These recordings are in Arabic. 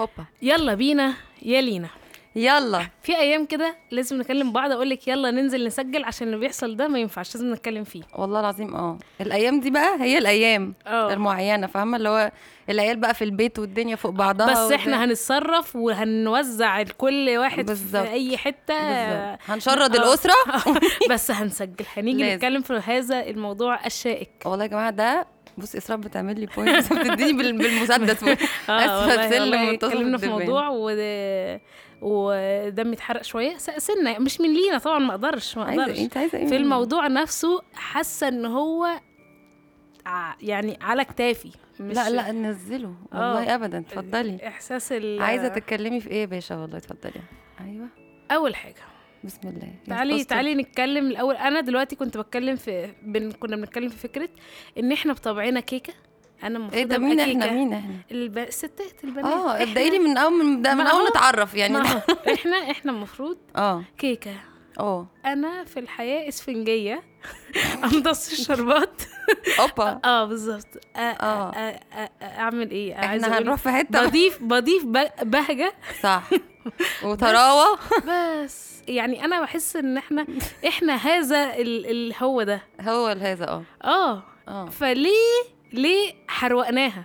هوبا يلا بينا يا لينا يلا في ايام كده لازم نكلم بعض اقول لك يلا ننزل نسجل عشان اللي بيحصل ده ما ينفعش لازم نتكلم فيه والله العظيم اه الايام دي بقى هي الايام اه. المعينه فاهمه اللي هو العيال بقى في البيت والدنيا فوق بعضها بس والدنيا- احنا هنتصرف وهنوزع لكل واحد بالظبط. في اي حته بالظبط. هنشرد اه. الاسره بس هنسجل هنيجي لازم. نتكلم في هذا الموضوع الشائك والله يا جماعه ده بص اسراء بتعمل لي بوينت بتديني بال- بالمسدس آه، والله- اسفل آه، سلم والله منتصف اتكلمنا في الدبان. موضوع و... ودمي اتحرق شويه س- سنه مش من لينا طبعا ما اقدرش ما عايزه اقدرش إيه؟ انت عايزه ايه في مني؟ الموضوع نفسه حاسه ان هو ع- يعني على كتافي مش لا لا نزله اه. والله ابدا اتفضلي احساس ال عايزه تتكلمي في ايه يا باشا والله اتفضلي ايوه اول حاجه بسم الله تعالي أستر. تعالي نتكلم الاول انا دلوقتي كنت بتكلم في بن... كنا بنتكلم في فكره ان احنا بطبعنا كيكه انا ايه المفروض ده أبقى مين كيكة. احنا مين احنا الب... الستات البنات اه إحنا- ابدأي لي من اول من, ده من ما اول هو- نتعرف يعني ما هو احنا احنا المفروض اه كيكه اه انا في الحياه اسفنجيه امتص الشربات اوبا اه بالظبط آه، آه، آه. آه، آه، آه، اعمل ايه عايزة احنا أقول- هنروح في حته بضيف بضيف ب- بهجه صح وتراوة بس يعني انا بحس ان احنا احنا هذا ال- ال- هو ده هو هذا اه اه اه فليه ليه حرقناها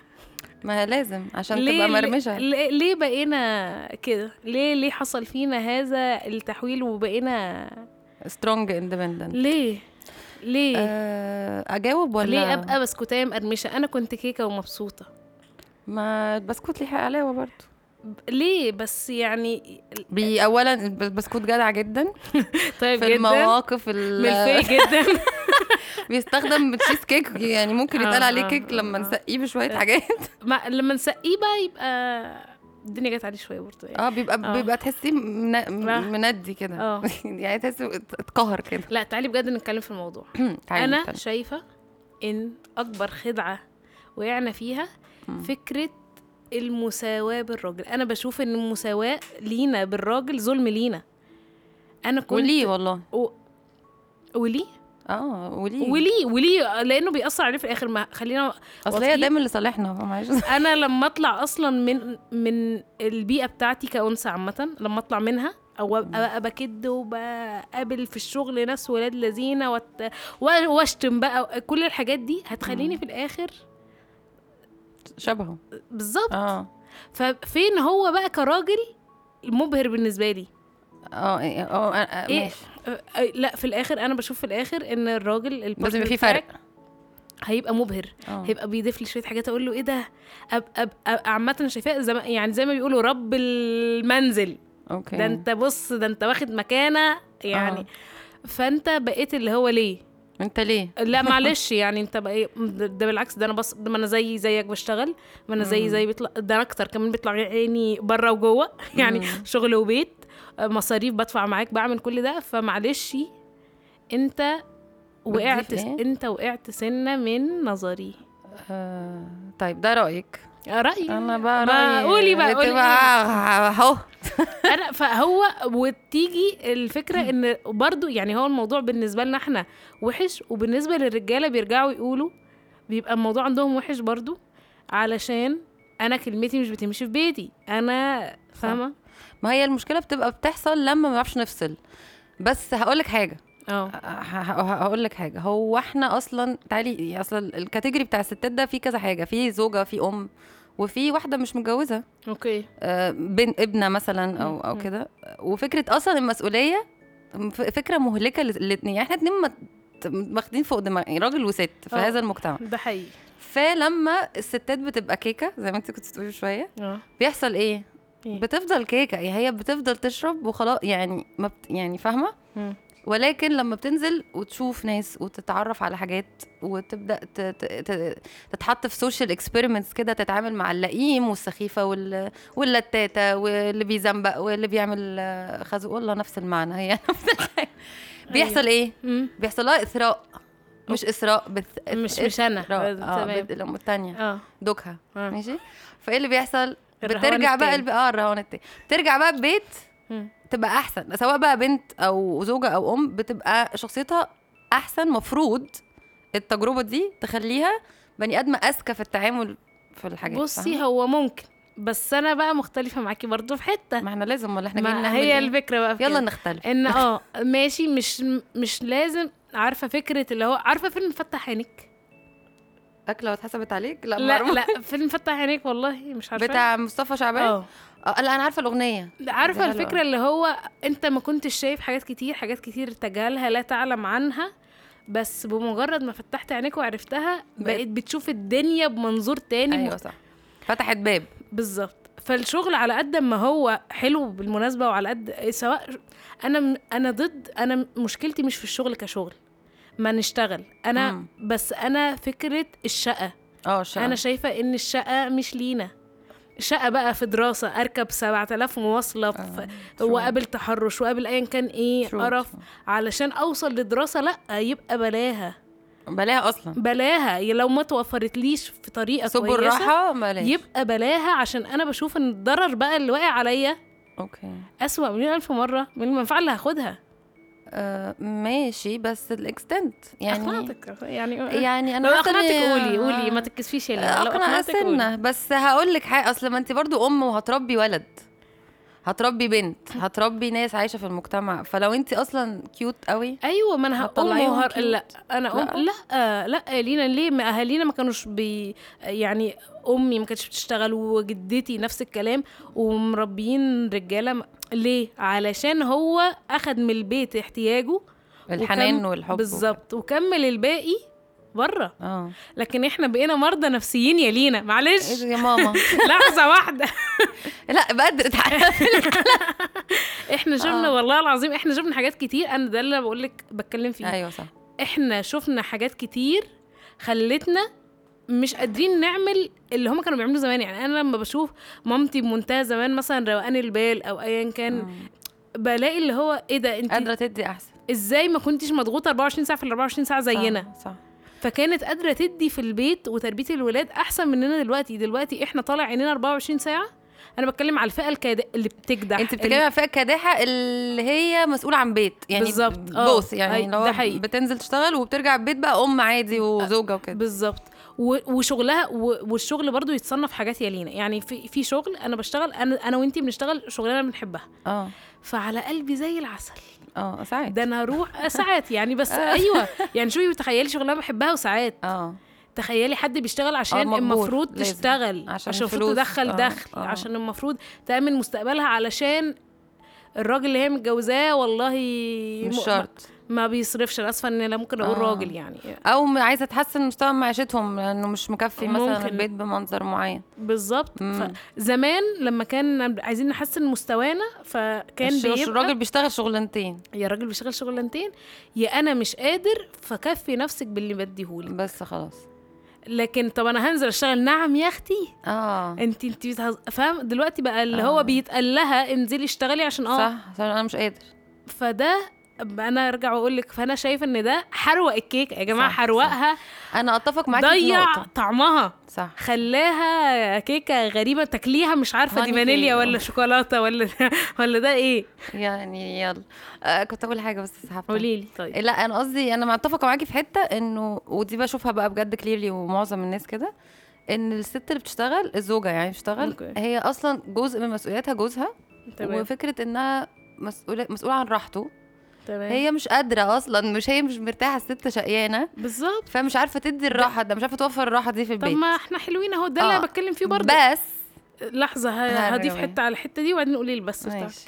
ما هي لازم عشان ليه تبقى مرمشه ليه, ليه بقينا كده ليه ليه حصل فينا هذا التحويل وبقينا سترونج اندبندنت ليه ليه آه، اجاوب ولا ليه ابقى بسكوتيه مقرمشه انا كنت كيكه ومبسوطه ما البسكوت ليه حق علاوه برضه ليه بس يعني بي اولا البسكوت جدع جدا طيب في جدا المواقف ال- ملفي جدا بيستخدم تشيز كيك يعني ممكن يتقال آه، عليه آه، كيك لما آه. نسقيه بشويه حاجات ما لما نسقيه بقى يبقى الدنيا جت عليه شويه برضه يعني. اه بيبقى آه. بيبقى تحسيه من- آه. مندي كده آه. يعني تحسي اتقهر كده لا تعالي بجد نتكلم في الموضوع تعالي انا نتكلم. شايفه ان اكبر خدعه وقعنا فيها مم. فكره المساواه بالراجل انا بشوف ان المساواه لينا بالراجل ظلم لينا انا كنت وليه والله و... وليه اه وليه وليه وليه لانه بيأثر عليه في الاخر ما خلينا اصل هي واثقين. دايما اللي صالحنا معلش انا لما اطلع اصلا من من البيئه بتاعتي كانثى عامه لما اطلع منها او ابقى بقى بكد وبقابل في الشغل ناس ولاد لذينه وت... و- واشتم بقى كل الحاجات دي هتخليني في الاخر شبهه بالظبط اه ففين هو بقى كراجل مبهر بالنسبه لي اه إيه، اه آه، آه، إيه؟ ماشي أ- أ- لا في الاخر انا بشوف في الاخر ان الراجل لازم يبقى البارتنر في بتاعك فرق هيبقى مبهر اه هيبقى بيضيف لي شويه حاجات اقول له ايه ده أبقى أبقى عامه شايفاه زي ما- يعني زي ما بيقولوا رب المنزل اوكي ده انت بص ده انت واخد مكانه يعني آه. فانت بقيت اللي هو ليه انت ليه لا معلش يعني انت بقى ايه ده ده بالعكس ده انا بص ده ما انا زي زيك بشتغل ما انا زي مم. زي بيطلع ده انا اكتر كمان بيطلع عيني بره وجوه يعني مم. شغل وبيت آه، مصاريف بدفع معاك بعمل كل ده فمعلش انت وقعت بتضيف ايه؟ انت وقعت سنه من نظري آه، طيب ده رايك رايي انا بقى ما رايي قولي بقى، قولي. تبقى اهو انا فهو وتيجي الفكره ان برضو يعني هو الموضوع بالنسبه لنا احنا وحش وبالنسبه للرجاله بيرجعوا يقولوا بيبقى الموضوع عندهم وحش برضو علشان انا كلمتي مش بتمشي في بيتي انا فاهمه ما هي المشكله بتبقى بتحصل لما ما نعرفش نفصل بس هقول لك حاجه اه هقول لك حاجه هو احنا اصلا تعالي اصلا الكاتيجوري بتاع الستات ده فيه كذا حاجه فيه زوجه فيه ام وفي واحده مش متجوزه اوكي آه، بين ابنه مثلا او او مم. كده وفكره اصلا المسؤوليه ف- فكره مهلكه للاثنين يعني احنا اتنين مت- واخدين فوق دماغ يعني راجل وست في آه. هذا المجتمع ده حقيقي فلما الستات بتبقى كيكه زي ما انت كنت بتقولي شويه اه بيحصل ايه إيه؟ بتفضل كيكه يعني هي بتفضل تشرب وخلاص يعني ما بت... يعني فاهمه مم. ولكن لما بتنزل وتشوف ناس وتتعرف على حاجات وتبدا ت- ت- ت- تتحط في سوشيال اكسبيرمنتس كده تتعامل مع اللئيم والسخيفه وال... واللتاته واللي بيزنبق واللي بيعمل آه، خازوق والله نفس المعنى هي نفس الحاجه أيوة. بيحصل ايه؟ مم. بيحصل لها اثراء مش اسراء بث... مش مش انا اه تمام بت... الام الثانيه اه دوكها آه. ماشي فايه اللي بيحصل الرهوان بترجع بقى آه، التاني. الب... اه الرهان التاني بترجع بقى البيت مم. تبقى احسن سواء بقى بنت او زوجه او ام بتبقى شخصيتها احسن مفروض التجربه دي تخليها بني ادم اذكى في التعامل في الحاجات بصي هو ممكن بس انا بقى مختلفه معاكي برضو في حته ما احنا لازم ولا احنا جايين ما نعمل هي إيه؟ الفكره بقى في يلا كده. نختلف ان اه ماشي مش مش لازم عارفه فكره اللي هو عارفه فيلم فتح عينيك اكله واتحسبت عليك لا, لا معروف. لا فيلم فتح عينيك والله مش عارفه بتاع مصطفى شعبان اه آه، لا انا عارفه الاغنيه عارفه ده حلو. الفكره اللي هو انت ما كنتش شايف حاجات كتير حاجات كتير تجاهلها لا تعلم عنها بس بمجرد ما فتحت عينيك وعرفتها بقيت بقيت- بتشوف الدنيا بمنظور تاني ايوه صح فتحت باب بالظبط فالشغل على قد ما هو حلو بالمناسبه وعلى قد سواء انا م- انا ضد انا م- مشكلتي مش في الشغل كشغل ما نشتغل انا مم. بس انا فكره الشقه اه شاء انا شايفه ان الشقه مش لينا شقه بقى في دراسه اركب 7000 مواصله في آه، true. واقابل تحرش واقابل ايا كان ايه True, قرف true. علشان اوصل لدراسه لا يبقى بلاها بلاها اصلا بلاها لو ما توفرتليش في طريقه سب كويسه الراحه بلاش يبقى بلاها عشان انا بشوف ان الضرر بقى اللي واقع عليا اوكي اسوأ مليون الف مره من المنفعه اللي هاخدها آه ماشي بس الاكستنت يعني اقنعتك يعني يعني انا لو حاسة إن- اقنعتك قولي قولي آه. ما تتكسفيش يا ليلى لو اقنع اقنعتك قولي سنه بس هقول لك حاجه اصل ما انت برضو ام وهتربي ولد هتربي بنت هتربي ناس عايشه في المجتمع فلو انت اصلا كيوت قوي ايوه ما انا هقوم هتطلعيهم وهر... cute. لا انا أم... لا لا يا لينا ليه ما اهالينا ما كانوش بي يعني امي ما كانتش بتشتغل وجدتي نفس الكلام ومربيين رجاله ما... ليه علشان هو اخد من البيت احتياجه الحنان وكم- والحب بالظبط وكمل الباقي بره اه لكن احنا بقينا مرضى نفسيين يا لينا ايه معلش ده يا ماما لحظه واحده لا بقدر اتعامل احنا شفنا والله العظيم احنا شفنا حاجات كتير انا ده اللي بقول لك بتكلم فيه ايوه صح احنا شفنا حاجات كتير خلتنا مش قادرين نعمل اللي هما كانوا بيعملوه زمان يعني انا لما بشوف مامتي بمنتهى زمان مثلا روقان البال او ايا كان مم. بلاقي اللي هو ايه ده انت قادره آه. تدي احسن ازاي ما كنتش مضغوطه 24 ساعه في ال 24 ساعه زينا صح, صح. فكانت قادره تدي في البيت وتربيه الولاد احسن مننا دلوقتي دلوقتي احنا طالع عينينا 24 ساعه انا بتكلم على الفئه الكاد... اللي بتجدع انت بتتكلمي عن فئه كادحه اللي هي مسؤوله عن بيت يعني بالظبط، اه. بوث أي- يعني لو ده حقيقي. بتنزل تشتغل وبترجع البيت بقى ام عادي وزوجه وكده بالظبط و- وشغلها و- والشغل برضو يتصنف حاجات يا لينا يعني في في شغل انا بشتغل انا انا وانتي بنشتغل شغلانه بنحبها اه فعلى قلبي زي العسل اه ساعات ده انا اروح ساعات يعني بس ايوه يعني شوفي تخيلي شغلانه بحبها وساعات اه تخيلي حد بيشتغل آه، عشان مجبور، المفروض لازم. تشتغل عشان عشان المفروض فلوس، تدخل آه، دخل آه. عشان المفروض تامن مستقبلها علشان الراجل اللي هي متجوزاه والله مش م- شرط ما بيصرفش انا اسفه ان انا ممكن اقول آه. راجل يعني او م- عايزه تحسن مستوى معيشتهم لانه مش مكفي ممكن. مثلا البيت بمنظر معين بالظبط مم. زمان لما كان عايزين نحسن مستوانا فكان الش- بيبقى الراجل بيشتغل شغلانتين يا راجل بيشتغل شغلانتين يا انا مش قادر فكفي نفسك باللي بديهولي بس خلاص لكن طب انا هنزل اشتغل نعم يا اختي اه انت انت بتهز... فاهم دلوقتي بقى اللي هو آه. بيتقال لها انزلي اشتغلي عشان اه صح عشان انا مش قادر فده انا ارجع واقول لك فانا شايفه ان ده حروق الكيك يا جماعه صح، حروقها انا اتفق معاكي في ضيع النقطه طعمها صح خلاها كيكه غريبه تاكليها مش عارفه دي هاني فانيليا كيك، ولا آه. شوكولاته ولا ولا ده ايه يعني يلا آه كنت اقول حاجه بس سحبتها إيه، قولي لي طيب لا انا قصدي انا متفقه معاكي في حته انه ودي بشوفها بقى بجد كليرلي ومعظم الناس كده ان الست اللي بتشتغل الزوجه يعني بتشتغل أوكي. هي اصلا جزء من مسؤولياتها جوزها تمام وفكره انها مسؤوله مسؤوله عن راحته تمام هي مش قادره اصلا مش هي مش مرتاحه الست شقيانه بالظبط فمش عارفه تدي الراحه ده مش عارفه توفر الراحه دي في طب البيت ما احنا حلوين اهو ده اللي آه. انا بتكلم فيه برضه بس لحظه ه- هرجع هضيف بقى. طيب. حته على الحته دي وبعدين قولي لي بس بتاعك. ماشي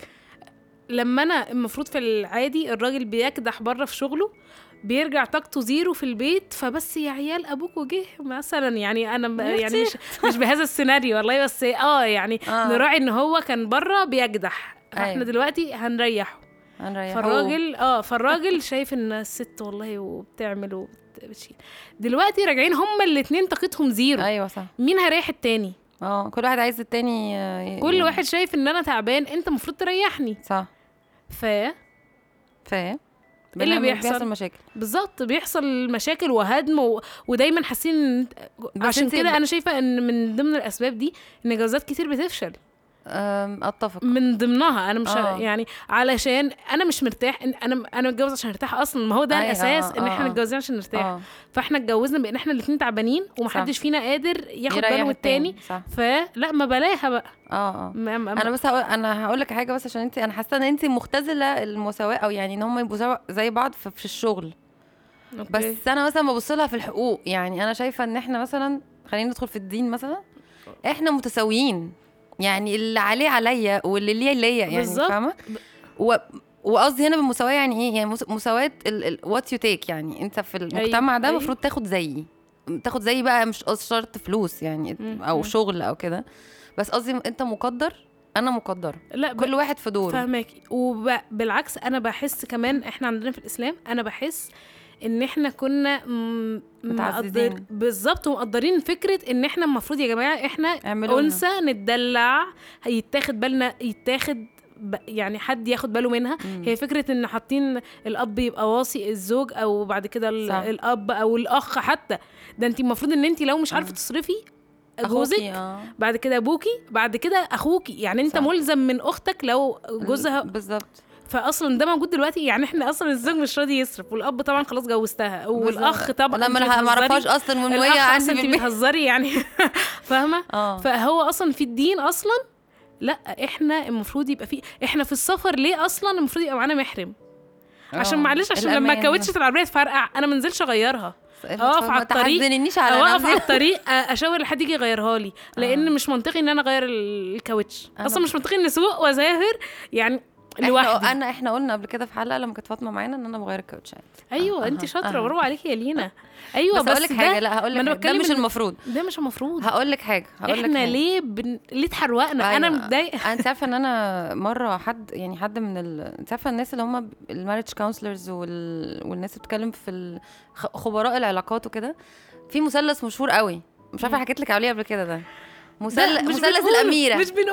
لما انا المفروض في العادي الراجل بيكدح بره في شغله بيرجع طاقته زيرو في البيت فبس يا عيال ابوكوا جه مثلا يعني انا ب- يا أختي. يعني مش, مش بهذا السيناريو والله بس اه يعني آه. نراعي ان هو كان بره بيكدح فاحنا أيوة. دلوقتي هنريحه هنريحه فالراجل اه فالراجل شايف ان الست والله وبتعمل وبتشيل دلوقتي راجعين هما الاتنين طاقتهم زيرو ايوه صح مين هيريح التاني اه كل واحد عايز التاني آه، ي- كل واحد شايف ان انا تعبان انت المفروض تريحني صح ف فاهم إيه اللي بيحصل؟ بيحصل مشاكل بالظبط بيحصل مشاكل وهدم و... ودايما حاسين إن- بس عشان انت- كده انا شايفه ان من ضمن الاسباب دي ان جوازات كتير بتفشل أم، اتفق من ضمنها انا مش آه. آه. يعني علشان انا مش مرتاح إن- انا انا متجوز عشان ارتاح اصلا ما هو ده أي، آه، الاساس ان آه، احنا آه. متجوزين عشان نرتاح اه فاحنا اتجوزنا بان احنا الاتنين تعبانين ومحدش فينا قادر ياخد يريح باله من التاني صح فلا ما بلاها بقى اه اه ما ما انا بس هقول انا هقول لك حاجه بس عشان انت انا حاسه ان انت مختزله المساواه او يعني ان هم يبقوا سوا- زي بعض في في الشغل أوكي. بس انا مثلا ببص لها في الحقوق يعني انا شايفه ان احنا مثلا خلينا ندخل في الدين مثلا احنا متساويين يعني اللي عليه عليا واللي ليه ليا يعني بالظبط. فاهمه و... وقصدي هنا بالمساواه يعني ايه يعني مس- مساواه وات يو تيك يعني انت في المجتمع ده أيوة. المفروض تاخد زيي تاخد زيي بقى مش قص- شرط فلوس يعني مم. او مم. شغل او كده بس قصدي انت مقدر انا مقدره لا ب... كل واحد في دوره فاهماكي وبالعكس انا بحس كمان احنا عندنا في الاسلام انا بحس ان احنا كنا م- متعززين. مقدر- بالظبط ومقدرين فكره ان احنا المفروض يا جماعه احنا اعملوا لنا. انثى نتدلع هيتاخد بالنا يتاخد ب... يعني حد ياخد باله منها مم. هي فكره ان حاطين الاب يبقى واصي الزوج او بعد كده ال... صح. الاب او الاخ حتى ده انت المفروض ان انت لو مش عارفه آه. تصرفي أخوكي، جوزك آه. بعد كده ابوكي بعد كده اخوكي يعني انت صح. صح. ملزم من اختك لو جوزها بالظبط فاصلا ده موجود دلوقتي يعني احنا اصلا الزوج مش راضي يصرف والاب طبعا خلاص جوزتها والاخ بالظبط. طبعا لا ما أنت انا ما بتهزري. اعرفهاش اصلا من وهي الاخ عندي اصلا في انت البيت بتهزري يعني فاهمه اه فهو اصلا في الدين اصلا لا احنا المفروض يبقى في احنا في السفر ليه اصلا المفروض يبقى معانا محرم عشان آه. معلش عشان لما الأمان. الكاوتش في العربيه تفرقع انا ما انزلش اغيرها أقف ما على الطريق، تحزننيش على اوقف على نفسي الطريق أ- اشاور لحد يجي يغيرها لي لان آه. مش منطقي ان انا اغير ال- الكاوتش أنا اصلا مش منطقي ان اسوق واسافر يعني احنا لوحدي انا احنا قلنا قبل كده في حلقه لما كانت فاطمه معانا ان انا بغير الكاوتش عادي ايوه آه، انت شاطره آه. برافو عليكي يا لينا ايوه بس, بس, هقول لك ده حاجه لا هقول ما لك أنا حاجة، ده بتكلم مش إن- المفروض ده مش المفروض هقول لك حاجه هقول لك احنا ليه بن... ليه اتحرقنا انا أيوة. متضايقه انت عارفه ان انا مره حد يعني حد من ال... انت عارفه الناس اللي هم الماريج كونسلرز وال... والناس اللي بتتكلم في ال... خ- خبراء العلاقات وكده في مثلث مشهور قوي مش عارفه حكيت لك عليه قبل كده ده مثل... ده مش مثلث بنقوله- الاميره مش بنقول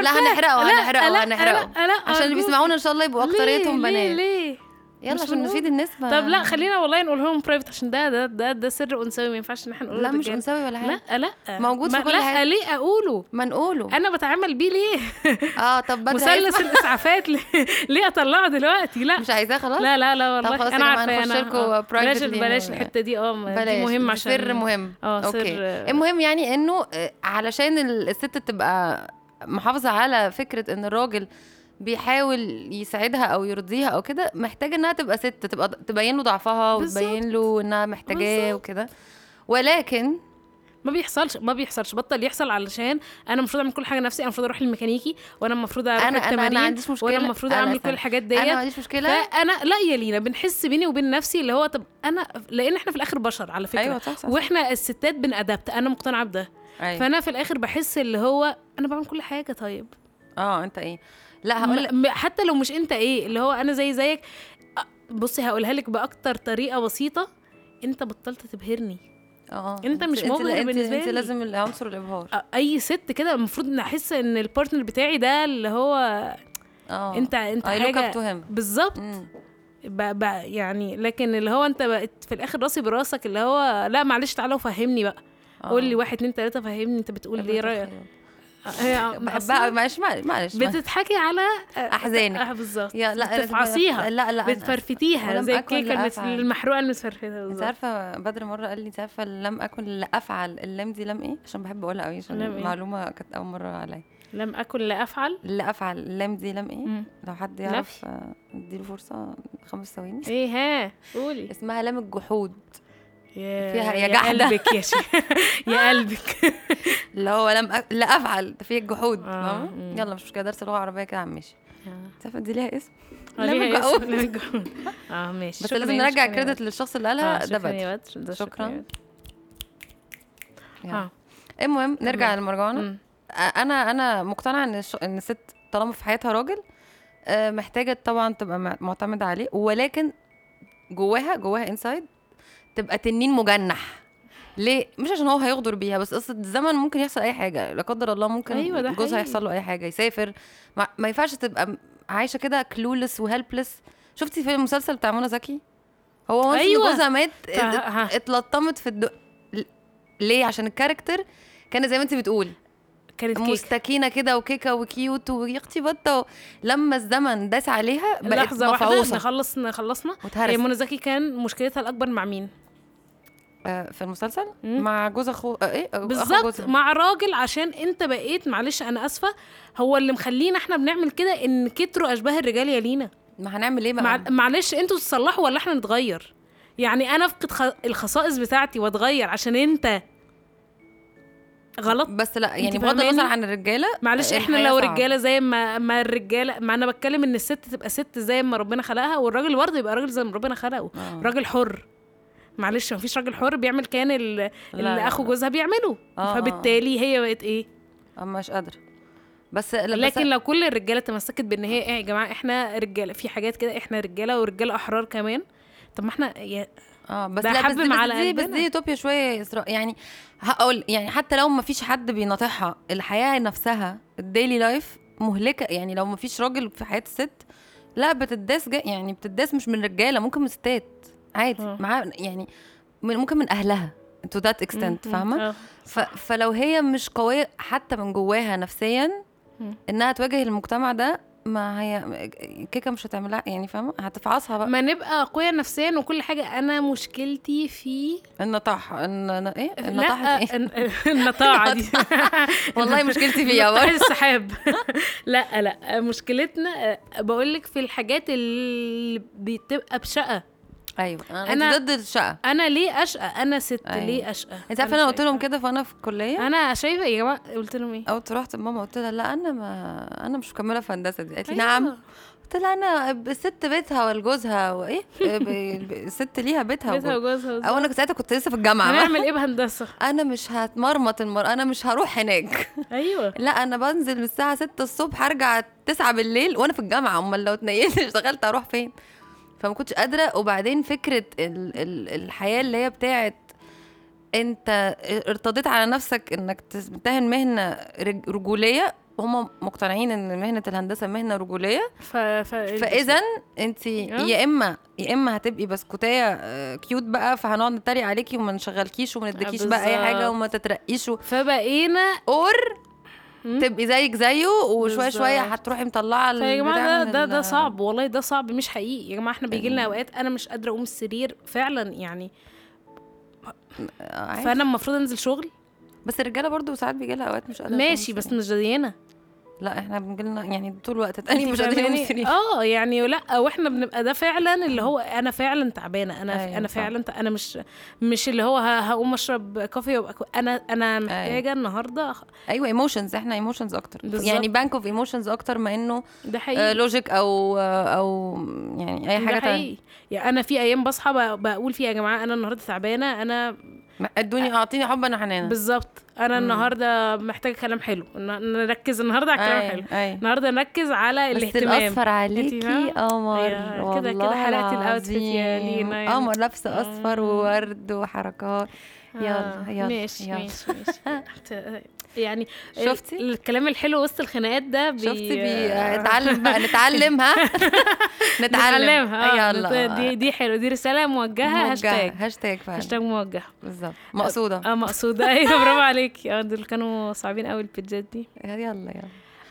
انا عارفه لا هنحرقه لا، هنحرقه لا، هنحرقه لا، لا، عشان اللي أرجوك. بيسمعونا ان شاء الله يبقوا ليه، اكتريتهم ليه، بنات آه. ليه يلا مش عشان بنقول. نفيد الناس ما- طب لا خلينا والله نقول لهم برايفت عشان ده ده ده, ده سر انثوي ما ينفعش ان احنا نقوله لا مش للرجال. انثوي ولا حاجه لا لا موجود في ما- كل لا حاجة. ليه اقوله ما نقوله انا بتعامل بيه ليه اه طب بدري مثلث الاسعافات ليه- ليه اطلعه دلوقتي لا مش عايزاه خلاص لا لا لا طب خلاص والله يا انا جماعة، عارفه نخش انا لكم آه. بلاش privately بلاش و- الحته دي اه ما- بلاش دي مهم ده عشان سر مهم اه سر اوكي آه، المهم يعني انه آه، علشان ال- الست تبقى محافظه على فكره ان الراجل بيحاول يساعدها او يرضيها او كده محتاجه انها تبقى ست تبقى تبين له ضعفها بالظبط. وتبين له انها محتاجاه وكده ولكن ما بيحصلش ما بيحصلش بطل يحصل علشان انا المفروض اعمل كل حاجه نفسي انا المفروض اروح للميكانيكي وانا المفروض اروح أنا- أنا- أنا التمارين عنديش مشكلة. وانا المفروض أنا اعمل كل أصلاً- الحاجات انا ما ديت عنديش مشكله فانا لا يا لينا بنحس بيني وبين نفسي اللي هو طب انا لان احنا في الاخر بشر على فكره ايوه صح صح واحنا الستات بنادبت انا مقتنعه بده أيوة. فانا في الاخر بحس اللي هو انا بعمل كل حاجه طيب اه انت ايه لا هقول لك م- م- حتى لو مش انت ايه اللي هو انا زي زيك أ- بصي هقولها لك باكتر طريقه بسيطه انت بطلت تبهرني اه أنت مش مبهر لا- بالنسبة انت لي. لازم العنصر الابهار أ- اي ست كده المفروض نحس ان البارتنر بتاعي ده اللي هو اه انت انت I look up حاجه to him بالظبط مم. ب- ب- يعني لكن اللي هو انت بقت في الاخر راسي براسك اللي هو لا معلش تعالى وفهمني بقى آه. قول لي واحد اتنين تلاته فهمني انت بتقول لي رايك هي بحبها أصلاً معلش معلش معلش بتضحكي على احزانك اه بالظبط يا لا أنا- بتفعصيها. لا لا أنا- بتفرفتيها ولم زي أكن الكيكه المس- لأفعل. المحروقه المتفرفته انت بالظبط عارفه بدر مره قال لي انت عارفه لم اكن لا افعل اللام دي لام ايه عشان بحب اقولها قوي لام عشان إيه؟ معلومه كانت اول مره عليا لم اكن لا افعل لا افعل اللام دي لام ايه مم. لو حد يعرف آه، اديله فرصه خمس ثواني ايه ها قولي اسمها لام الجحود يا فيها- يا جحدة. قلبك يا شيخ يا قلبك اللي هو لم أ... لا افعل ده فيه الجحود آه، آه. مم. يلا مش مشكله درس لغه عربيه كده عم ماشي انت عارفه دي ليها اسم آه، لم ليها الجحود. اسم، لم الجحود. اه ماشي بس شكراً لازم يا- نرجع شكراً يا الكريدت للشخص اللي بدر. آه، قالها ده شكراً بدر يا بدر، ده شكراً. يا بدر. يلا. آه. المهم نرجع تمام. للمرجعونه مم. انا انا مقتنعه ان الش... ان الست طالما في حياتها راجل آه، محتاجه طبعا تبقى مع- معتمده عليه ولكن جواها جواها انسايد تبقى تنين مجنح ليه مش عشان هو هيغدر بيها بس قصه الزمن ممكن يحصل اي حاجه لا قدر الله ممكن أيوة، ده جوزها حقيقي. يحصل له اي حاجه يسافر ما, ما ينفعش تبقى م- عايشه كده كلولس وهيلبلس شفتي في المسلسل بتاع منى زكي هو وانس إن أيوة. جوزها مات فه- ها. اتلطمت في الد... ليه عشان الكاركتر كان زي ما انت بتقولي كانت كيكه مستكينه كده وكيكه وكيوت ويا اختي بطه لما الزمن داس عليها بقت لحظه واحده مفعوصه نخلص خلصنا هي واتهرست منى زكي كان مشكلتها الاكبر مع مين آه، في المسلسل مم. مع جوز اخو آه، ايه أخو بالظبط جوزها. مع راجل عشان انت بقيت معلش انا اسفه هو اللي مخلينا احنا بنعمل كده ان كتروا اشباه الرجال يا لينا ما هنعمل ايه بقى مع... معلش انتوا تصلحوا ولا احنا نتغير يعني انا افقد خ... الخصائص بتاعتي واتغير عشان انت غلط بس لا يعني انتي بغض فاهماني؟ النظر عن الرجاله معلش احنا إيه، الحياة لو صعبة. رجاله زي ما ما الرجاله ما انا بتكلم ان الست تبقى ست زي ما ربنا خلقها والراجل برضه يبقى راجل زي ما ربنا خلقه آه. راجل حر معلش ما فيش راجل حر بيعمل كان ال- اللي لا. اخو جوزها بيعمله آه، آه. فبالتالي هي بقت ايه أم مش قادره بس لا بس لكن لو كل الرجاله تمسكت بان هي ايه يا جماعه احنا رجاله في حاجات كده احنا رجاله ورجاله احرار كمان طب ما احنا يا اه بس ده لا بس حب دي مع بس دي, بس قلبنا. دي يوتوبيا شويه يا اسراء يعني هقول يعني حتى لو ما فيش حد بيناطحها الحياه نفسها الديلي لايف مهلكه يعني لو ما فيش راجل في حياه الست لا بتداس جا يعني بتداس مش من رجاله ممكن من ستات عادي آه. معاها يعني من ممكن من اهلها تو ذات اكستنت فاهمه آه. ف... فلو هي مش قوية حتى من جواها نفسيا مم. انها تواجه المجتمع ده ما هي كيكة مش هتعملها يعني فاهمة هتفعصها بقى ما نبقى قوية نفسيا وكل حاجة أنا مشكلتي في النطاح ان إن- ايه النطاح لا آه، ايه إن- النطاعة دي والله مشكلتي فيها نطاع برضه. السحاب لا لا مشكلتنا بقول لك في الحاجات اللي بتبقى بشقة ايوه انا, أنا- أنت ضد الشقة أنا ليه أشقى أنا ست أيوة. ليه أشقى انت عارفة انا قلت لهم كده فانا في الكلية أنا شايفة يا جماعة قلت لهم إيه او رحت لماما قلت لها لا انا ما انا مش مكمله في هندسه دي قالت لي أيوة. نعم قلت لها انا الست بيتها ولجوزها وايه ب- الست ليها بيتها بيتها وجوزها وجوزها او انا كنت ساعتها كنت لسه في الجامعه هنعمل ايه بهندسه انا مش هتمرمط المر انا مش هروح هناك ايوه لا انا بنزل من الساعه 6 الصبح ارجع 9 بالليل وانا في الجامعه امال لو اتنقلت اشتغلت اروح فين فما كنتش قادره وبعدين فكره ال ال الحياه اللي هي بتاعت انت ارتضيت على نفسك انك تمتهن مهنه رج- رجوليه هم مقتنعين ان مهنه الهندسه مهنه رجوليه ف... ف... فاذا انت إيه، آه. يا اما يا اما هتبقي بسكوتيه آه، كيوت بقى فهنقعد نتريق عليكي وما نشغلكيش وما نديكيش بقى اي حاجه بالظبط. وما تترقيش و... فبقينا اور مم. تبقي زيك زيه وشويه شويه بالظبط. هتروحي مطلعه فيا البتاع جماعه ده من ده, ده ال- صعب والله ده صعب مش حقيقي يا جماعه احنا بيجي لنا ال- اوقات انا مش قادره اقوم من السرير فعلا يعني آه، عادي. فانا المفروض انزل شغل بس الرجاله برضو ساعات بيجي لها اوقات مش قادره ماشي تقوم بس السرير. مش زينا لا احنا بنجي لنا يعني طول الوقت تاني انتي مش قادرين فاهماني؟ نمسري اه يعني لا واحنا بنبقى ده فعلا اللي هو انا فعلا تعبانه انا أيوة، انا صح. فعلا تع- انا مش مش اللي هو ه- هقوم اشرب كافي وابقى كو- انا انا أيوة. محتاجه النهارده أخ- ايوه ايموشنز احنا ايموشنز اكتر بالظبط. يعني بانك اوف ايموشنز اكتر ما انه ده آه، حقيقي لوجيك او آه، او يعني اي ده حاجه تانية حقيقي يعني انا في ايام بصحى ب- بقول فيها يا جماعه انا النهارده تعبانه انا ادوني اعطيني حبا وحنانا بالظبط انا آه. مم. النهارده محتاجه كلام حلو ن- نركز النهارده على الكلام الحلو اي النهارده نركز على أيوه. بس الاهتمام الاصفر عليكي فاهمة؟ قمر أيوة، كده- والله كده حلقة الأوتفيت يا العظيم. لينا يعني. قمر لابسه اصفر آه. وورد وحركات يلا، آه، يلا، ماشي يلا. ماشي ماشي يعني ال- شفتي؟ الكلام الحلو وسط الخناقات ده بي... شفتي بي آه، اتعلم بقى نتعلم ها نتعلم نتعلمها آه، نت- دي يلا دي حلوه دي رساله موجهه هاشتاج هاشتاج فعلا هاشتاج موجهه بالظبط مقصوده اه مقصوده ايوه برافو عليكي اه دول كانوا صعبين قوي البيتزات دي يلا يلا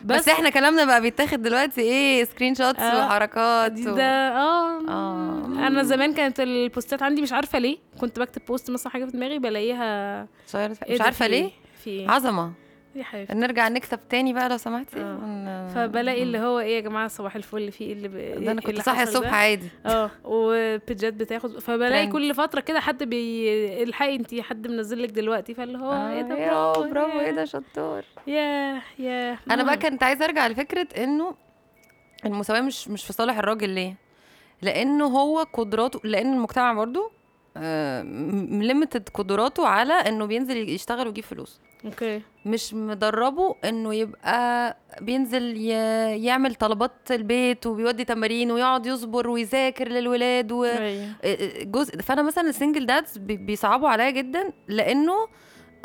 بس, بس احنا كلامنا بقى بيتاخد دلوقتي ايه سكرين شوتس آه، وحركات دي و- ده اه آه. انا زمان كانت البوستات عندي مش عارفه ليه كنت بكتب بوست مثلا حاجه في دماغي بلاقيها صغيرة ف- إيه مش ده، عارفه في إيه؟ ليه في ايه عظمه يا حبيبتي نرجع نكسب تاني بقى لو سمحتي آه. ون- فبلاقي اللي هو ايه يا جماعه صباح الفل في ايه اللي ب... ده انا إيه كنت اللي صاحيه حصل الصبح ده؟ عادي اه وبيجات بتاخد فبلاقي Trend. كل فتره كده حد بي الحقي انت حد منزل لك دلوقتي فاللي هو آه، ايه ده يا برافو برافو ايه يا- ده آه. شطار يا يا انا بقى مم. كنت عايزه ارجع لفكره انه المساواه مش مش في صالح الراجل ليه لانه هو قدراته لان المجتمع برضو ليميتد قدراته على انه بينزل يشتغل ويجيب فلوس اوكي مش مدربه انه يبقى بينزل ي- يعمل طلبات البيت وبيودي تمارين ويقعد يصبر ويذاكر للولاد و... أيوة. جزء فانا مثلا السنجل دادز بي- بيصعبوا عليا جدا لانه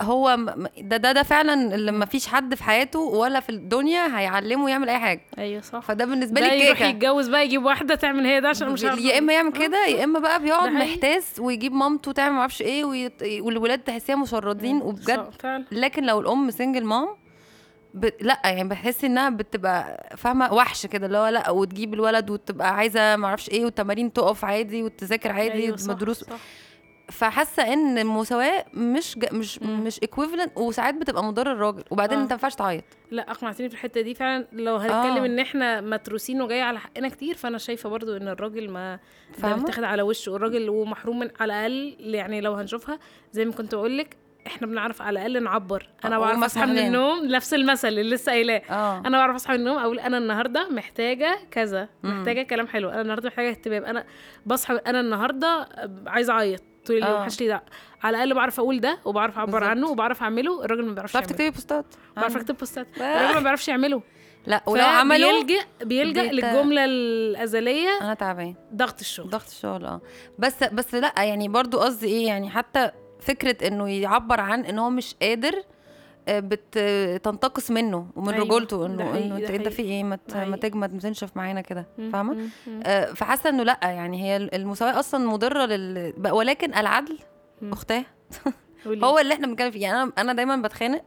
هو م- م- ده ده ده فعلا اللي ما فيش حد في حياته ولا في الدنيا هيعلمه يعمل اي حاجه ايوه صح فده بالنسبه ده لي يروح كيكه يتجوز بقى يجيب واحده تعمل هي ده عشان مش عارفة. آه. يا اما يعمل كده يا اما بقى بيقعد ده حقيقي. محتاس ويجيب مامته تعمل معرفش إيه ايه ويت... والولاد تحسيها مشردين آه، صح، وبجد فعلا لكن لو الام سنجل مام ب... لا يعني بحس انها بتبقى فاهمه وحش كده اللي هو لا وتجيب الولد وتبقى عايزه ما اعرفش ايه والتمارين تقف عادي والتذاكر عادي أيوة صح، مدروس صح. فحاسه ان المساواه مش ج... مش مم. مش ايكويفالنت وساعات بتبقى مضر الراجل وبعدين آه. انت ما ينفعش تعيط لا اقنعتني في الحته دي فعلا لو هنتكلم آه. ان احنا متروسين وجاي على حقنا كتير فانا شايفه برضو ان الراجل ما ده فاهمة؟ بيتاخد على وشه الراجل ومحروم من على الاقل يعني لو هنشوفها زي ما كنت اقول لك احنا بنعرف على الاقل نعبر انا آه، بعرف وما اصحى من اسمح لنا. النوم نفس المثل اللي لسه قايلاه اه انا بعرف اصحى من النوم اقول انا النهارده محتاجه كذا مم. محتاجه كلام حلو انا النهارده محتاجه اهتمام انا بصحى انا النهارده عايزه اعيط طول اليوم آه. محدش لي دعوه على الاقل بعرف اقول ده وبعرف اعبر بالظبط. عنه وبعرف اعمله الراجل ما بيعرفش بتعرف يعمله تكتبي بوستات بعرف عندك. اكتب بوستات آه. الراجل ما بيعرفش يعمله لا ولو عملوا بيلجأ بيلجأ بيت- للجمله الازليه انا تعبان ضغط الشغل ضغط الشغل اه بس بس لا يعني برضو قصدي ايه يعني حتى فكره انه يعبر عن ان هو مش قادر آه، بت تنتقص منه ومن أيوة، رجولته ده انه حقيقي، انه ده انت انت حقيقي. في ايه ما ت- ده ما حقيقي. تجمد ما تنشف معانا كده مم، فاهمه مم، مم، آه، فحاسه انه لا يعني هي ال- المساواه اصلا مضره لل بق- ولكن العدل مم. اختاه قولي. هو اللي احنا بنتكلم فيه يعني انا انا دايما بتخانق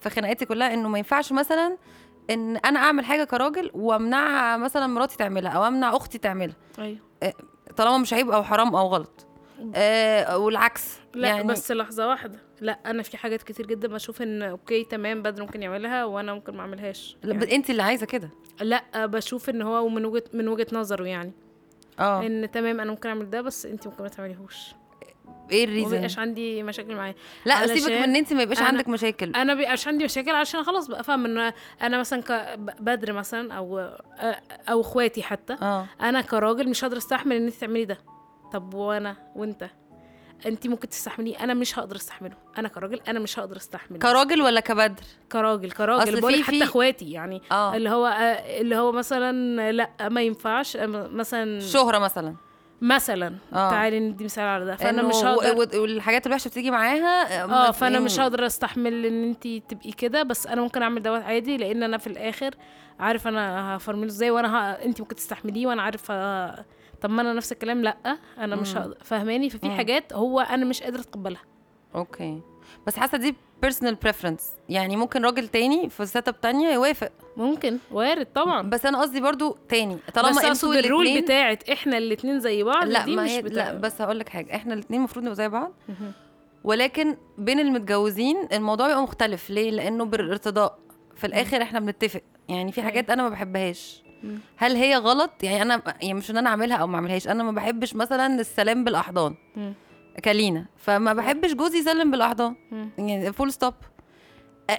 في خناقاتي كلها انه ما ينفعش مثلا ان انا اعمل حاجه كراجل وامنعها مثلا مراتي تعملها او امنع اختي تعملها ايوه طالما مش عيب او حرام او غلط آه والعكس إيه. لا يعني يعني بس لحظه واحده لا انا في حاجات كتير جدا بشوف ان اوكي تمام بدر ممكن يعملها وانا ممكن ما اعملهاش لا، يعني. ب- انت اللي عايزه كده لا بشوف ان هو من وجهه من وجهه نظره يعني اه ان تمام انا ممكن اعمل ده بس انت ممكن ما تعمليهوش ايه ما الريزن بقاش عندي مشاكل معاه لا علشان سيبك من ان انت ما يبقاش أنا- عندك مشاكل انا بقاش عندي مشاكل عشان خلاص بقى فاهم ان انا مثلا ك- ب- بدر مثلا او او اخواتي حتى اه انا كراجل مش هقدر استحمل ان انت تعملي ده طب وانا وانت انت ممكن تستحمليه انا مش هقدر استحمله انا كراجل انا مش هقدر استحمله كراجل ولا كبدر كراجل أصل كراجل في- بقول في- حتى اخواتي يعني اه اللي هو آه، اللي هو مثلا لا ما ينفعش آه، مثلا شهره مثلا مثلا آه. تعالي ندي مثال على ده فانا إنه مش هقدر و- و- والحاجات الوحشه بتيجي معاها اه ما- فانا يعني مش هقدر استحمل ان انت تبقي كده بس انا ممكن اعمل دوت عادي لان انا في الاخر عارف انا هفرمله ازاي وانا ه... انت ممكن تستحمليه وانا عارفه طب ما انا نفس الكلام لا انا مش مم. هقدر فاهماني ففي مم. حاجات هو انا مش قادره اتقبلها اوكي بس حاسه دي بيرسونال بريفرنس يعني ممكن راجل تاني في سيت اب تانيه يوافق ممكن وارد طبعا بس انا قصدي برضو تاني آه. بس طالما اقصد انتوا الرول الاتنين بتاعت احنا الاتنين زي بعض لا دي ما مش هي بتاع لا بس هقول لك حاجه احنا الاتنين المفروض نبقى زي بعض مهم. ولكن بين المتجوزين الموضوع بيبقى مختلف ليه لانه بالارتضاء في الاخر احنا بنتفق يعني في حاجات انا ما بحبهاش مم. هل هي غلط يعني انا يعني مش ان انا اعملها او ما اعملهاش انا ما بحبش مثلا السلام بالاحضان مم. كلينا فما بحبش جوزي يسلم بالاحضان مم. يعني فول ستوب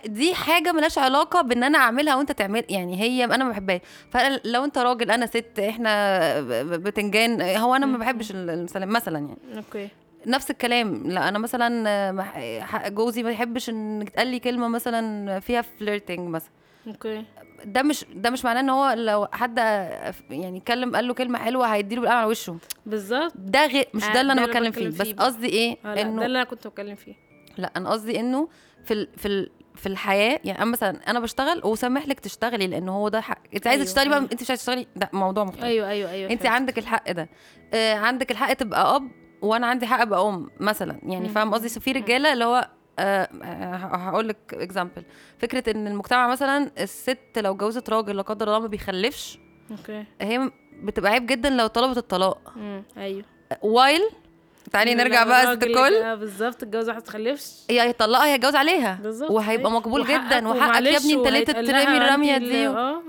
دي حاجه ملهاش علاقه بان انا اعملها وانت تعمل يعني هي انا ما بحبهاش فلو انت راجل انا ست احنا ب- ب- بتنجان هو انا ما مم. بحبش السلام مثلا يعني اوكي نفس الكلام لا انا مثلا آه، ما ح- ح- جوزي ما يحبش ان يتقال لي كلمه مثلا فيها فليرتنج مثلا اوكي ده مش ده مش معناه ان هو لو حد آه، يعني اتكلم قال له كلمه حلوه هيديله بالقلم على وشه بالظبط ده غير مش آه، ده اللي انا ده اللي بتكلم فيه بتكلم بس فيه بقى. قصدي ايه آه، لا ده انه اللي انا كنت بتكلم فيه لا انا قصدي انه في ال... في ال... في الحياه يعني انا مثلا انا بشتغل وسامح لك تشتغلي لان هو ده حق انت عايزه أيوة، تشتغلي بقى أيوة. انت مش عايزه تشتغلي ده موضوع مختلف ايوه ايوه ايوه انت فهمت. عندك الحق ده آه عندك الحق تبقى اب وانا عندي حق ابقى ام مثلا يعني مم. فاهم قصدي سو في رجاله اللي هو آه هقول لك اكزامبل فكره ان المجتمع مثلا الست لو اتجوزت راجل لا قدر الله ما بيخلفش اوكي هي بتبقى عيب جدا لو طلبت الطلاق مم. ايوه وايل تعالي لا، يعني نرجع بقى ست الراجل الكل بقى بالظبط اتجوز واحد تخلفش هي هيطلقها هي هيتجوز عليها بالظبط إيه؟ أيوة. وهيبقى مقبول جدا وحقك يا ابني انت ليه تترمي تترمي الرميه دي اه اه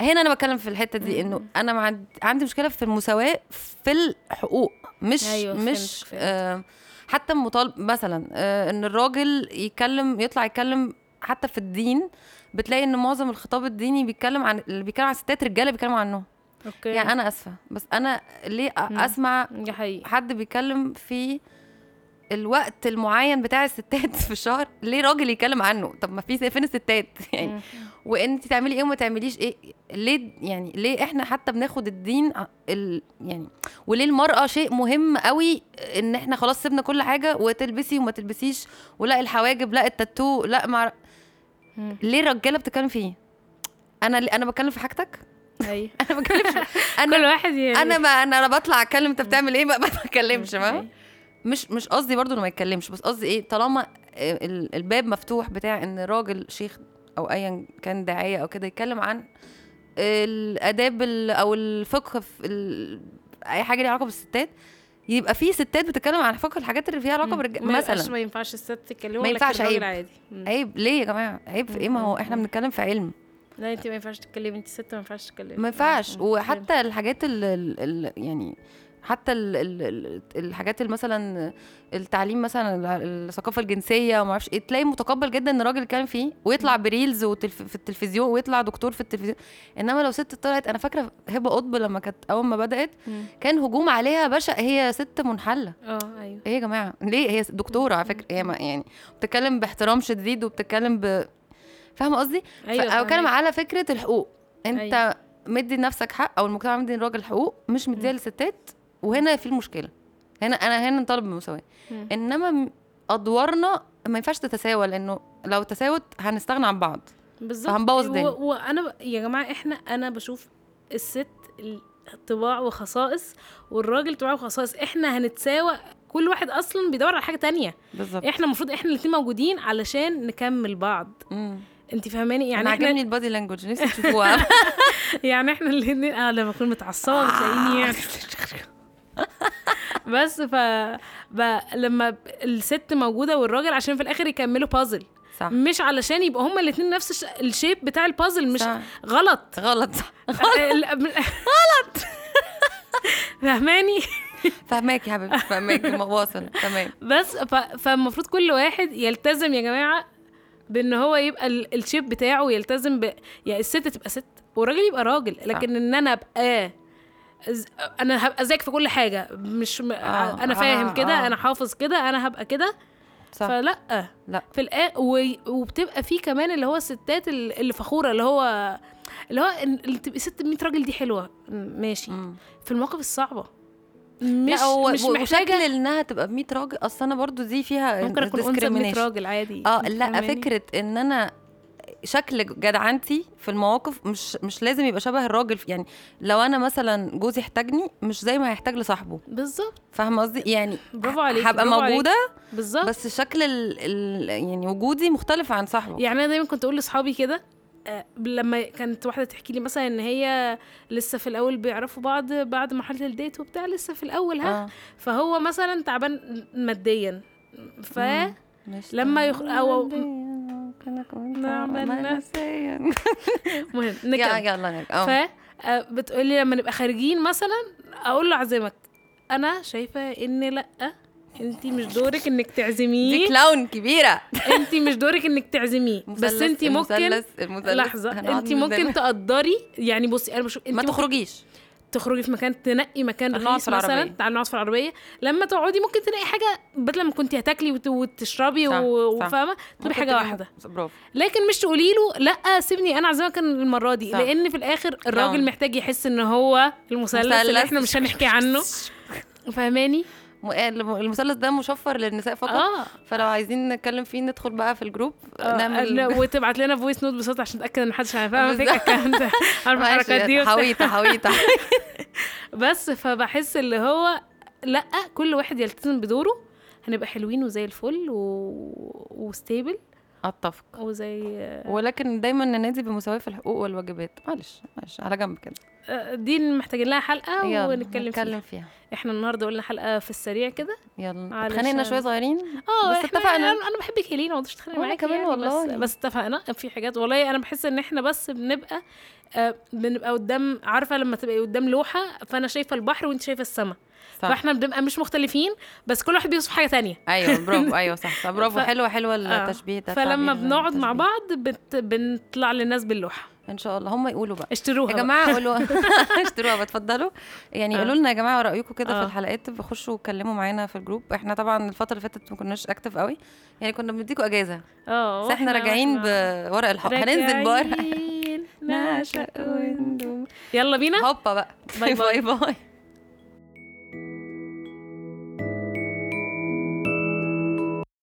هنا انا بتكلم في الحته دي انه انا ما عند- عندي مشكله في المساواه في الحقوق مش أيوة، أيوة فهمتك، مش فهمت. آه حتى مطالب مثلا آه ان الراجل يتكلم يطلع يتكلم حتى في الدين بتلاقي ان معظم الخطاب الديني بيتكلم عن اللي بيتكلم عن الستات رجاله بيتكلموا عنهم اوكي يعني انا اسفه بس انا ليه أ- مم. اسمع دي حقيقي حد بيتكلم في الوقت المعين بتاع الستات في الشهر ليه راجل يتكلم عنه طب ما في فين الستات يعني مم. وانت تعملي ايه وما تعمليش ايه ليه يعني ليه احنا حتى بناخد الدين ع- ال يعني وليه المراه شيء مهم قوي ان احنا خلاص سيبنا كل حاجه وتلبسي وما تلبسيش ولا الحواجب لا التاتو لا مع مم. ليه الرجاله بتتكلم في ايه انا انا بتكلم في حاجتك ايوه انا بتكلم في انا كل واحد يعني انا ما انا انا بطلع اتكلم انت بتعمل ايه ما ما بتكلمش ما أيوة. مش مش إيه؟ قصدي برضو انه ما يتكلمش بس قصدي ايه طالما ال- الباب مفتوح بتاع ان راجل شيخ او ايا كان دعايه او كده يتكلم عن الاداب ال- او الفقه في ال- اي حاجه ليها علاقه بالستات يبقى في ستات بتتكلم عن فقه الحاجات اللي فيها علاقه بالرجال ما يبقاش- مثلا ما ينفعش الست تتكلم ما ينفعش عيب. عادي مم. عيب ليه يا جماعه عيب في ايه ما هو احنا بنتكلم في علم لا انت ما ينفعش تتكلمي انت ست ما ينفعش تتكلمي ما ينفعش مم. وحتى الحاجات ال ال- ال- يعني حتى ال ال ال- الحاجات اللي مثلا التعليم مثلا ال- الثقافه الجنسيه وما اعرفش ايه تلاقي متقبل جدا ان الراجل كان فيه ويطلع بريلز وتلف في التلفزيون ويطلع دكتور في التلفزيون انما لو ست طلعت انا فاكره هبه قطب لما كانت اول ما بدات مم. كان هجوم عليها بشع هي ست منحله اه ايوه ايه يا جماعه ليه هي دكتوره على فكره هي ما يعني بتتكلم باحترام شديد وبتتكلم ب فاهمه قصدي ايوه ايوه بتكلم فاهمك. على فكره الحقوق انت أيوة. مدي لنفسك حق او المجتمع مدي للراجل حقوق مش مديها للستات وهنا في المشكله هنا انا هنا نطالب بالمساواه مم. انما م- ادوارنا ما ينفعش تتساوى لانه لو تساوت هنستغنى عن بعض بالظبط فهنبوظ و- الدنيا. وانا ب... يا جماعه احنا انا بشوف الست ال- طباع وخصائص والراجل طباع وخصائص احنا هنتساوى كل واحد اصلا بيدور على حاجه تانية بالظبط احنا المفروض احنا الاتنين موجودين علشان نكمل بعض يعني انت فاهماني انا يعني احنا عاجبني البادي لانجوج نفسي تشوفوها يعني احنا الاتنين اه لما اكون آه. متعصبه بتلاقيني يعني بس ف ب... لما ب- الست موجوده والراجل عشان في الاخر يكملوا بازل صح مش علشان يبقوا هما الاتنين نفس الش- الشيب بتاع البازل مش صح. غلط غلط صح غلط فهماني فهماك يا حبيبتي فهماك ما واصل تمام بس ف... فالمفروض كل واحد يلتزم يا جماعه بان هو يبقى ال- الشيب بتاعه يلتزم ب... يعني الست تبقى ست والراجل يبقى راجل لكن ان انا ابقى ز- انا هبقى زيك في كل حاجه مش م... آه، انا فاهم آه، كده آه. انا حافظ كده انا هبقى كده صح فلا لا. في الآ... و... وبتبقى في كمان اللي هو الستات ال- اللي فخوره اللي هو اللي هو إن- اللي تبقى ست 100 راجل دي حلوه م- ماشي مم. في المواقف الصعبه لا، مش هو- مش وشكل محتاجه انها تبقى ب 100 راجل اصل انا برضو دي فيها ممكن اكون انثى ب 100 discrimination. راجل عادي اه أنت لا فاهماني؟ فكره ان انا شكل جدعنتي في المواقف مش مش لازم يبقى شبه الراجل يعني لو انا مثلا جوزي احتاجني مش زي ما هيحتاج لصاحبه بالظبط فاهمه قصدي يعني برافو اه. عليك هبقى موجوده بالظبط بس شكل ال... ال... يعني وجودي مختلف عن صاحبه يعني انا دايما كنت اقول لاصحابي كده آه، لما كانت واحده تحكي لي مثلا ان هي لسه في الاول بيعرفوا بعض بعد مرحله الديت وبتاع لسه في الاول ها اه فهو مثلا تعبان ماديا ف مم. مش لما يخ- تعبان أو- مادياً، ممكن أكون نعم تعبان الناس. نفسياً. مهم يا- نكمل يلا نرجع. آه. ف آه، بتقولي لما نبقى خارجين مثلا اقول له اعزمك انا شايفه ان لا انت مش دورك انك دي تعزميه كلاون كبيره انت مش دورك انك تعزميه بس مثلث- انت ممكن المثلث- المثلث. لحظه هنقعد انت ممكن نتزنق. تقدري يعني بصي انا بشوف انت ما ممكن تخرجيش تخرجي في مكان تنقي مكان تعالي رخيص نقعد في مثلا العربية. تعالي نقعد في العربيه لما تقعدي ممكن تلاقي حاجه بدل ما كنت هتاكلي وت- وتشربي صح، و- صح. وفاهمه تبقى ممكن حاجه تبقي- واحده برافو لكن مش تقولي له لا سيبني انا عازمك المره دي صح. لان في الاخر الراجل نعم. محتاج يحس ان هو المثلث اللي مثلث. احنا مش هنحكي عنه آه، فاهماني م- المثلث ده مشفر للنساء فقط اه فلو عايزين نتكلم فيه ندخل بقى في الجروب آه، لا، نعمل وتبعت لنا فويس نوت بصوت عشان نتاكد ان محدش هيفهم فيك بالظبط. الكلام ده عارفه الحركات دي وبتاع. حويطة حويطة بس فبحس اللي هو لا كل واحد يلتزم بدوره هنبقى حلوين وزي الفل و... وستيبل اتفق وزي ولكن دايما ننادي بمساواة في الحقوق والواجبات معلش معلش على جنب كده آه، دي محتاجين لها حلقه يلا، ونتكلم فيها نتكلم فيها احنا النهارده قلنا حلقه في السريع كده يلا علشان- اتخانقنا شويه صغيرين اه بس إحنا- اتفقنا. انا أنا بحبك يا لينا ما اتخانق وأنا معاكي كمان يعني والله. بس, بس اتفقنا في حاجات والله انا بحس ان احنا بس بنبقى آه، بنبقى قدام عارفه لما تبقي قدام لوحه فانا شايفه البحر وانت شايفه السما صح فاحنا بنبقى مش مختلفين بس كل واحد بيوصف حاجه تانية ايوه برافو ايوه صح صح برافو ف- حلوه حلوه آه. التشبيه ده فلما التعبير، بنقعد مع التشبيه. بعض بت... بنطلع للناس باللوحه ان شاء الله هم يقولوا بقى اشتروها يا بقى. جماعه قولوا اشتروها بقى، اتفضلوا يعني آه. قولوا لنا يا جماعه رايكم كده آه. في الحلقات بخشوا اتكلموا معانا في الجروب احنا طبعا الفتره اللي فاتت ما كناش اكتف قوي يعني كنا بنديكوا اجازه اه بس احنا راجعين بورق الحق هننزل بار راجعين نعشق نعشق وندوم يلا بينا هوبا بقى باي باي باي